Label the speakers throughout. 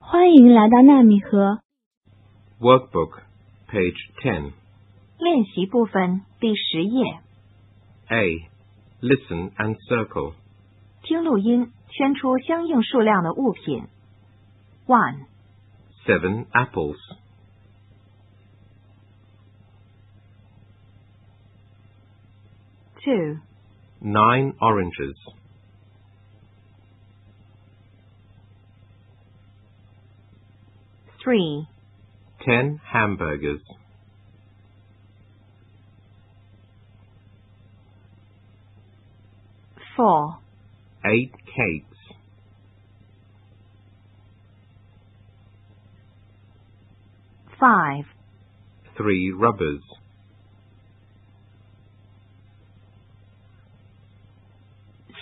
Speaker 1: 欢迎来到纳米盒
Speaker 2: Workbook, page 10.
Speaker 3: 练习部分第十页，
Speaker 2: A. Listen and circle.
Speaker 3: 听录音，圈出相应数量的物品。One,
Speaker 2: 7 apples.
Speaker 3: two,
Speaker 2: 9 oranges.
Speaker 3: three,
Speaker 2: 10 hamburgers.
Speaker 3: four,
Speaker 2: 8 cakes.
Speaker 3: five,
Speaker 2: 3 rubbers.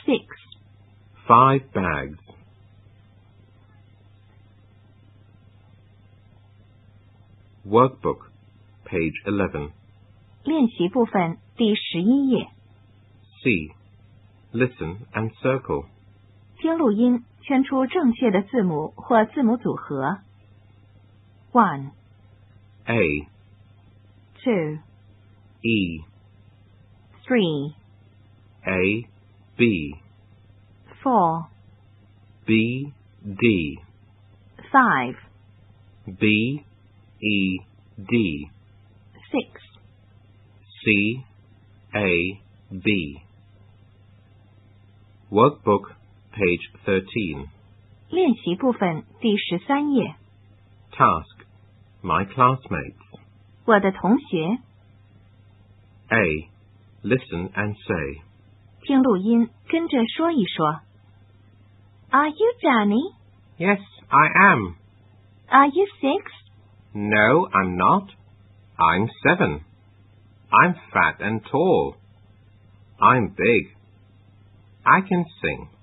Speaker 3: six,
Speaker 2: 5 bags. Workbook, page 11.
Speaker 3: 练习部分第十一页，
Speaker 2: C. Listen and circle.
Speaker 3: 听录音，圈出正确的字母或字母组合。One,
Speaker 2: A.
Speaker 3: two,
Speaker 2: E.
Speaker 3: three,
Speaker 2: A. B.
Speaker 3: four,
Speaker 2: B. D.
Speaker 3: five,
Speaker 2: B E D
Speaker 3: six,
Speaker 2: C A B. Workbook, page 13.
Speaker 3: 练习部分第十三页，
Speaker 2: Task My classmates.
Speaker 3: 我的同学，
Speaker 2: A. Listen and say,
Speaker 3: 听录音，跟着说一说。Are you Johnny?
Speaker 2: Yes, I am.
Speaker 3: Are you six?
Speaker 2: No, I'm not. I'm seven. I'm fat and tall. I'm big. I can sing.